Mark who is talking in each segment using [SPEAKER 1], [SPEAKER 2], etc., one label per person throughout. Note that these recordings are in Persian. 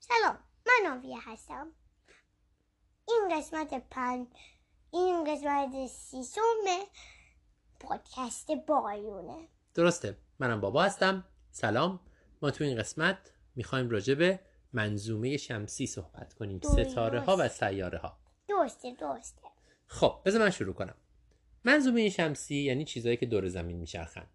[SPEAKER 1] سلام من آویه هستم این قسمت پنج این قسمت سیسوم پادکست بایونه
[SPEAKER 2] درسته منم بابا هستم سلام ما تو این قسمت میخوایم راجع به منظومه شمسی صحبت کنیم
[SPEAKER 1] درست.
[SPEAKER 2] ستاره ها و سیاره ها
[SPEAKER 1] درسته درسته
[SPEAKER 2] خب بذار من شروع کنم منظومه شمسی یعنی چیزهایی که دور زمین میچرخن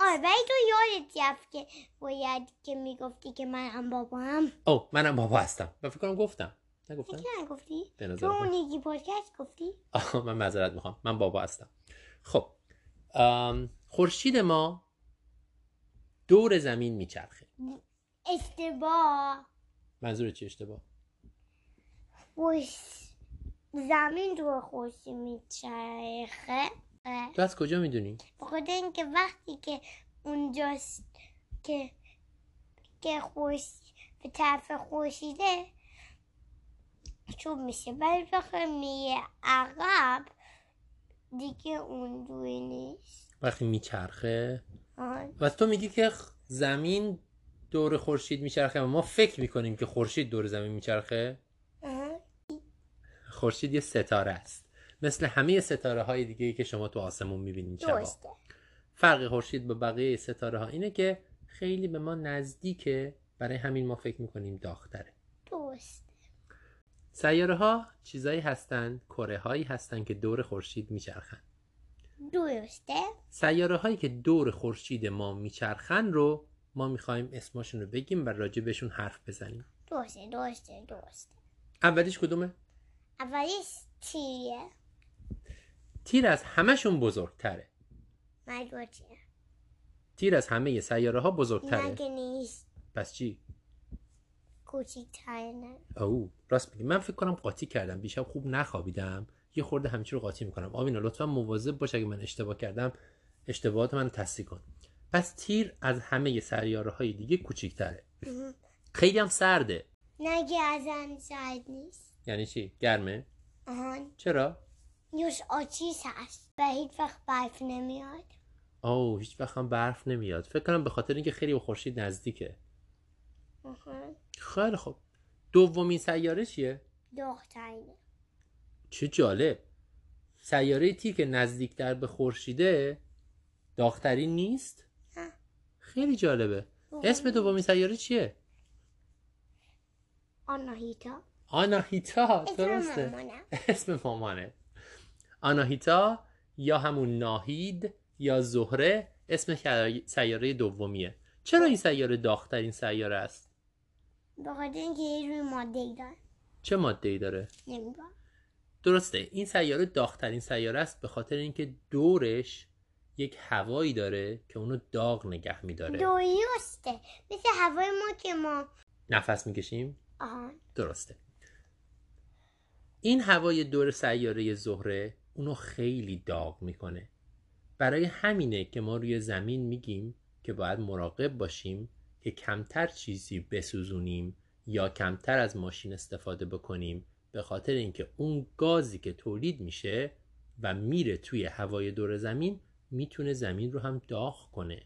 [SPEAKER 1] آره ولی تو یادت رفت که باید که میگفتی که من هم بابا هم
[SPEAKER 2] او منم بابا هستم و فکر کنم گفتم نگفتم
[SPEAKER 1] که نگفتی؟
[SPEAKER 2] به
[SPEAKER 1] تو
[SPEAKER 2] نظر
[SPEAKER 1] اون یکی پادکست گفتی؟
[SPEAKER 2] آها من معذرت میخوام من بابا هستم خب ام، خورشید ما دور زمین میچرخه
[SPEAKER 1] اشتباه
[SPEAKER 2] منظور چی اشتباه
[SPEAKER 1] خوش- زمین دور خوشی میچرخه اه.
[SPEAKER 2] تو از کجا میدونی
[SPEAKER 1] به خاطر اینکه وقتی که اونجاست که که خوش به طرف خوشیده چوب میشه ولی بخیر میره عقب دیگه اون دوی نیست
[SPEAKER 2] وقتی میچرخه
[SPEAKER 1] آه.
[SPEAKER 2] و تو میگی که خ- زمین دور خورشید میچرخه و ما فکر میکنیم که خورشید دور زمین میچرخه
[SPEAKER 1] آه.
[SPEAKER 2] خورشید یه ستاره است مثل همه ستاره های دیگه که شما تو آسمون میبینید شبا
[SPEAKER 1] درسته
[SPEAKER 2] فرق خورشید با بقیه ستاره ها اینه که خیلی به ما نزدیکه برای همین ما فکر میکنیم داختره
[SPEAKER 1] درسته
[SPEAKER 2] سیاره ها چیزایی هستن کره هایی هستن که دور خورشید میچرخن
[SPEAKER 1] درسته
[SPEAKER 2] سیاره هایی که دور خورشید ما میچرخن رو ما میخوایم اسمشون رو بگیم و راجع بهشون حرف بزنیم
[SPEAKER 1] درسته درسته درسته
[SPEAKER 2] اولیش کدومه
[SPEAKER 1] اولیش چیه؟
[SPEAKER 2] تیر از همشون بزرگتره
[SPEAKER 1] مجموع چیه؟
[SPEAKER 2] تیر از همه سیاره ها بزرگتره
[SPEAKER 1] نگه نیست
[SPEAKER 2] پس چی
[SPEAKER 1] کوچیکترینه
[SPEAKER 2] او راست میگی من فکر کنم قاطی کردم دیشب خوب نخوابیدم یه خورده همیشه رو قاطی میکنم آوینا لطفا مواظب باش اگه من اشتباه کردم اشتباهات من رو تصحیح کن پس تیر از همه سیاره های دیگه کوچیکتره
[SPEAKER 1] مهم.
[SPEAKER 2] خیلی هم سرده
[SPEAKER 1] نگه از آن ساعت نیست
[SPEAKER 2] یعنی چی گرمه
[SPEAKER 1] آهان
[SPEAKER 2] چرا
[SPEAKER 1] یوش آچیز هست و هیچ وقت برف نمیاد
[SPEAKER 2] او هیچ وقت هم برف نمیاد فکر کنم به خاطر اینکه خیلی به خورشید نزدیکه
[SPEAKER 1] آهان
[SPEAKER 2] خیلی خوب دومین سیاره چیه
[SPEAKER 1] دخترینه
[SPEAKER 2] چه جالب سیاره تی که نزدیکتر به خورشیده داخترین نیست
[SPEAKER 1] نه.
[SPEAKER 2] خیلی جالبه اسم دومین سیاره چیه
[SPEAKER 1] آناهیتا
[SPEAKER 2] آناهیتا
[SPEAKER 1] اسم
[SPEAKER 2] درسته
[SPEAKER 1] مامانم
[SPEAKER 2] اسم مامانه آناهیتا یا همون ناهید یا زهره اسم شر- سیاره دومیه چرا این سیاره داغترین سیاره است
[SPEAKER 1] به خاطر اینکه یه روی ماده ای دار
[SPEAKER 2] چه ماده ای داره
[SPEAKER 1] نمیدونم
[SPEAKER 2] درسته این سیاره داغترین سیاره است به خاطر اینکه دورش یک هوایی داره که اونو داغ نگه میداره
[SPEAKER 1] درسته مثل هوای ما که ما
[SPEAKER 2] نفس میکشیم
[SPEAKER 1] آهان
[SPEAKER 2] درسته این هوای دور سیاره زهره اونو خیلی داغ میکنه برای همینه که ما روی زمین میگیم که باید مراقب باشیم که کمتر چیزی بسوزونیم یا کمتر از ماشین استفاده بکنیم به خاطر اینکه اون گازی که تولید میشه و میره توی هوای دور زمین میتونه زمین رو هم داغ کنه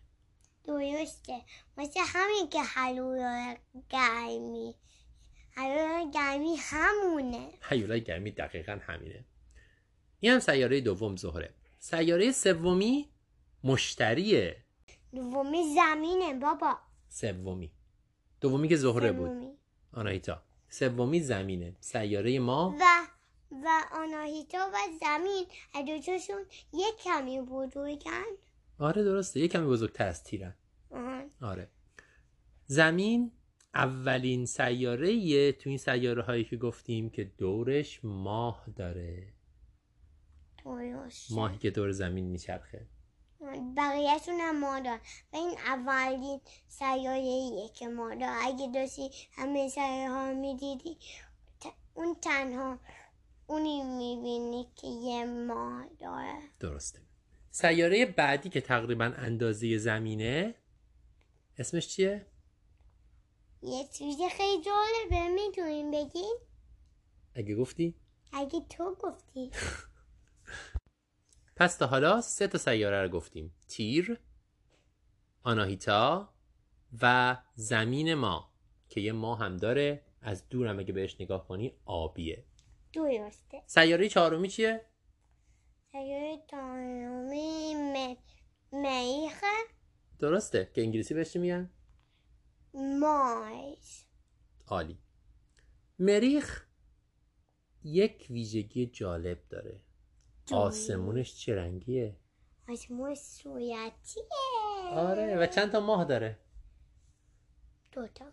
[SPEAKER 1] درسته مثل همین که حلول گرمی حلول گرمی همونه
[SPEAKER 2] هیولای گرمی دقیقا همینه این هم سیاره دوم زهره سیاره سومی مشتریه
[SPEAKER 1] دومی زمینه بابا
[SPEAKER 2] سومی دومی که زهره بود
[SPEAKER 1] سومی.
[SPEAKER 2] آنایتا سومی زمینه سیاره ما
[SPEAKER 1] و و آناهیتا و زمین هر دوتاشون یک کمی بزرگن
[SPEAKER 2] آره درسته یه کمی بزرگتر از تیرن
[SPEAKER 1] آها،
[SPEAKER 2] آره زمین اولین سیاره تو این سیاره هایی که گفتیم که دورش ماه داره
[SPEAKER 1] درست
[SPEAKER 2] ماهی که دور زمین میچرخه
[SPEAKER 1] بقیهشون هم مادار و این اولین سیاره ایه که مادار اگه داشتی همه سیاره ها میدیدی اون تنها اونی میبینی که یه ماه داره
[SPEAKER 2] درسته سیاره بعدی که تقریبا اندازه زمینه اسمش چیه؟
[SPEAKER 1] یه چیز خیلی جالبه میتونیم بگیم
[SPEAKER 2] اگه گفتی؟
[SPEAKER 1] اگه تو گفتی
[SPEAKER 2] پس تا حالا سه تا سیاره رو گفتیم تیر آناهیتا و زمین ما که یه ماه هم داره از دورم اگه بهش نگاه کنی آبیه
[SPEAKER 1] درسته
[SPEAKER 2] سیاره چهارمی چیه
[SPEAKER 1] سیاره تانومی م... میخه
[SPEAKER 2] درسته که انگلیسی بهش چی میگن
[SPEAKER 1] مایز
[SPEAKER 2] عالی مریخ یک ویژگی جالب داره
[SPEAKER 1] جالب.
[SPEAKER 2] آسمونش چه رنگیه
[SPEAKER 1] آزمون صورتیه
[SPEAKER 2] آره و چند تا ماه داره
[SPEAKER 1] دوتا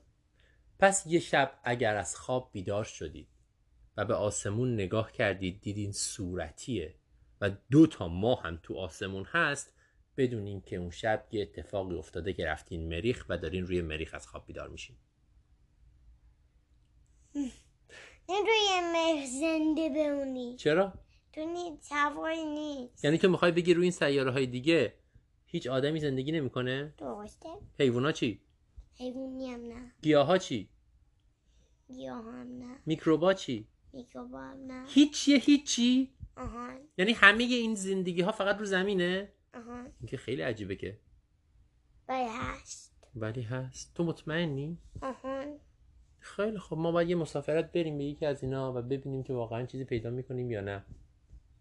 [SPEAKER 2] پس یه شب اگر از خواب بیدار شدید و به آسمون نگاه کردید دیدین صورتیه و دو تا ماه هم تو آسمون هست بدونین که اون شب یه اتفاقی افتاده که رفتین مریخ و دارین روی مریخ از خواب بیدار میشین
[SPEAKER 1] این روی مهر زنده بمونی
[SPEAKER 2] چرا؟
[SPEAKER 1] تو نی سواری نیست
[SPEAKER 2] یعنی تو میخوای بگی روی این سیاره های دیگه هیچ آدمی زندگی نمیکنه؟
[SPEAKER 1] درسته
[SPEAKER 2] حیوونا چی؟
[SPEAKER 1] حیوانی هم نه
[SPEAKER 2] گیاها چی؟
[SPEAKER 1] گیاه هم نه
[SPEAKER 2] میکروبا چی؟
[SPEAKER 1] میکروبا هم نه
[SPEAKER 2] هیچیه هیچی؟
[SPEAKER 1] آهان
[SPEAKER 2] یعنی همه این زندگی ها فقط رو زمینه؟
[SPEAKER 1] آهان بله
[SPEAKER 2] این که خیلی عجیبه که
[SPEAKER 1] برای هشت
[SPEAKER 2] ولی هست تو مطمئنی؟
[SPEAKER 1] آهان
[SPEAKER 2] خیلی خب ما باید یه مسافرت بریم به یکی از اینا و ببینیم که واقعا چیزی پیدا میکنیم یا نه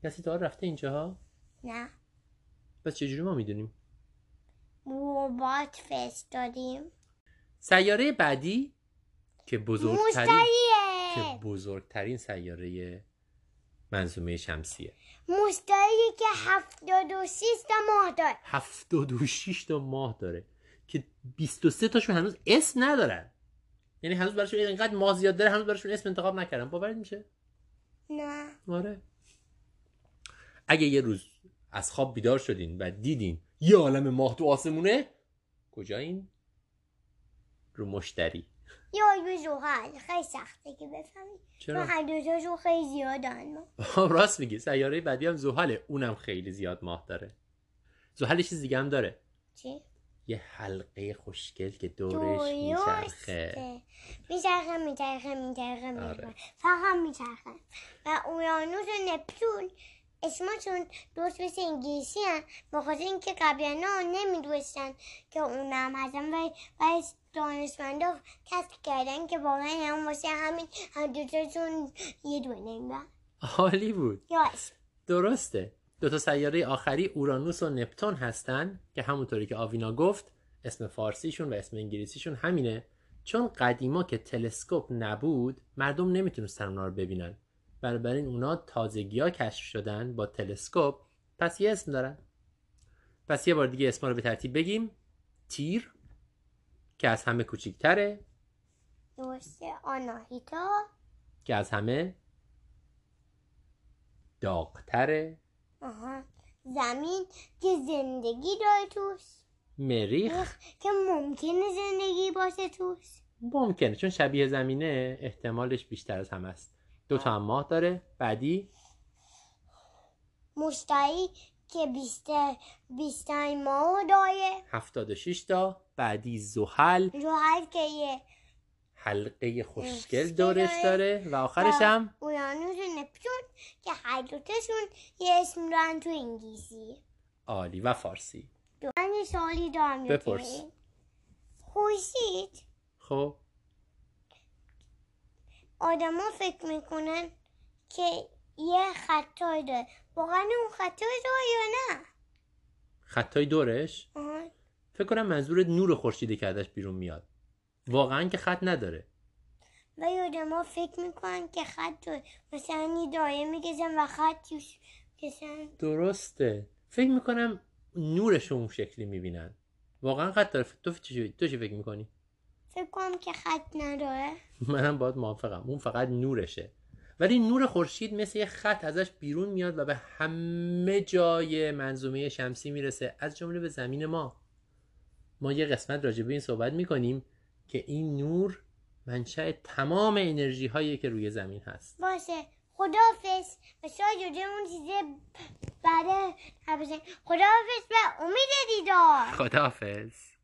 [SPEAKER 2] کسی تا حالا رفته اینجاها
[SPEAKER 1] نه
[SPEAKER 2] پس چجوری ما میدونیم
[SPEAKER 1] ربات فرستادیم
[SPEAKER 2] سیاره بعدی که بزرگترین که
[SPEAKER 1] مشتریه
[SPEAKER 2] بزرگترین سیاره منظومه شمسیه
[SPEAKER 1] مشتری که هفتاد و شیست تا ماه داره
[SPEAKER 2] 76 تا ماه داره که 23 تاشون هنوز اسم ندارن یعنی هنوز براشون اینقدر ماه زیاد داره هنوز براشون اسم انتخاب نکردن باورت میشه
[SPEAKER 1] نه
[SPEAKER 2] آره اگه یه روز از خواب بیدار شدین و دیدین یه عالم ماه تو آسمونه کجا این رو مشتری
[SPEAKER 1] یا یه زحل خیلی سخته که بفهمی چون
[SPEAKER 2] چرا
[SPEAKER 1] هر دوتاشون خیلی زیادن ما
[SPEAKER 2] راست میگی سیاره بعدی هم زحله اونم خیلی زیاد ماه داره زحل چیز دیگه هم داره
[SPEAKER 1] چی؟
[SPEAKER 2] یه حلقه خوشگل که دورش میچرخه
[SPEAKER 1] درسته. میچرخه میچرخه میچرخه میچرخه
[SPEAKER 2] آره.
[SPEAKER 1] فقط میچرخه و اورانوس و نپتون اسمشون درست مثل انگلیسی هن بخاطر اینکه قبلا نمیدونستن که اونم هستن و و دانشمندا کسب کردن که واقعا هم واسه همین هم دوتاشون یه دونه نمیدن
[SPEAKER 2] عالی بود
[SPEAKER 1] یاس
[SPEAKER 2] درسته دو تا سیاره آخری اورانوس و نپتون هستن که همونطوری که آوینا گفت اسم فارسیشون و اسم انگلیسیشون همینه چون قدیما که تلسکوپ نبود مردم نمیتونستن اونا رو ببینن بنابراین اونا تازگی ها کشف شدن با تلسکوپ پس یه اسم دارن پس یه بار دیگه اسما رو به ترتیب بگیم تیر که از همه کوچیکتره
[SPEAKER 1] درسته آناهیتا
[SPEAKER 2] که از همه داغتره
[SPEAKER 1] آها زمین که زندگی داره توش
[SPEAKER 2] مریخ
[SPEAKER 1] که ممکنه زندگی باشه توش
[SPEAKER 2] ممکنه چون شبیه زمینه احتمالش بیشتر از همه است دو تا هم ماه داره بعدی
[SPEAKER 1] مشتری که بیست بیستای ماه داره
[SPEAKER 2] 76 تا بعدی زحل
[SPEAKER 1] جوهر که یه
[SPEAKER 2] حلقه
[SPEAKER 1] خوشگل
[SPEAKER 2] خوشگل دورش داره و آخرش هم
[SPEAKER 1] اورانوس و نپتون که هر دوتاشون یه اسم دارن تو انگلیسی
[SPEAKER 2] عالی و فارسی
[SPEAKER 1] دو- من یه سوالی دارم یه
[SPEAKER 2] بپرس.
[SPEAKER 1] تایی. خورشید
[SPEAKER 2] خب
[SPEAKER 1] آدما فکر میکنن که یه خطای داره واقعا اون خطای داره یا نه
[SPEAKER 2] خطای دورش
[SPEAKER 1] آها.
[SPEAKER 2] فکر کنم منظور نور خورشیده که ازش بیرون میاد واقعا که خط نداره
[SPEAKER 1] ولی آدما فکر میکنن که خط داره مثلا یه دایره میکشن و خط توش کشن
[SPEAKER 2] درسته فکر میکنم نورش رو اون شکلی میبینن واقعا خط داره تو چی تو چی فکر میکنی
[SPEAKER 1] فکر کنم که خط نداره
[SPEAKER 2] منم باید موافقم اون فقط نورشه ولی نور خورشید مثل یه خط ازش بیرون میاد و به همه جای منظومه شمسی میرسه از جمله به زمین ما ما یه قسمت راجع به این صحبت میکنیم که این نور منشأ تمام انرژی هایی که روی زمین هست
[SPEAKER 1] باشه خدافز و شاید جده اون چیزه بعد نباشه خدافز و امید دیدار
[SPEAKER 2] خداحافظ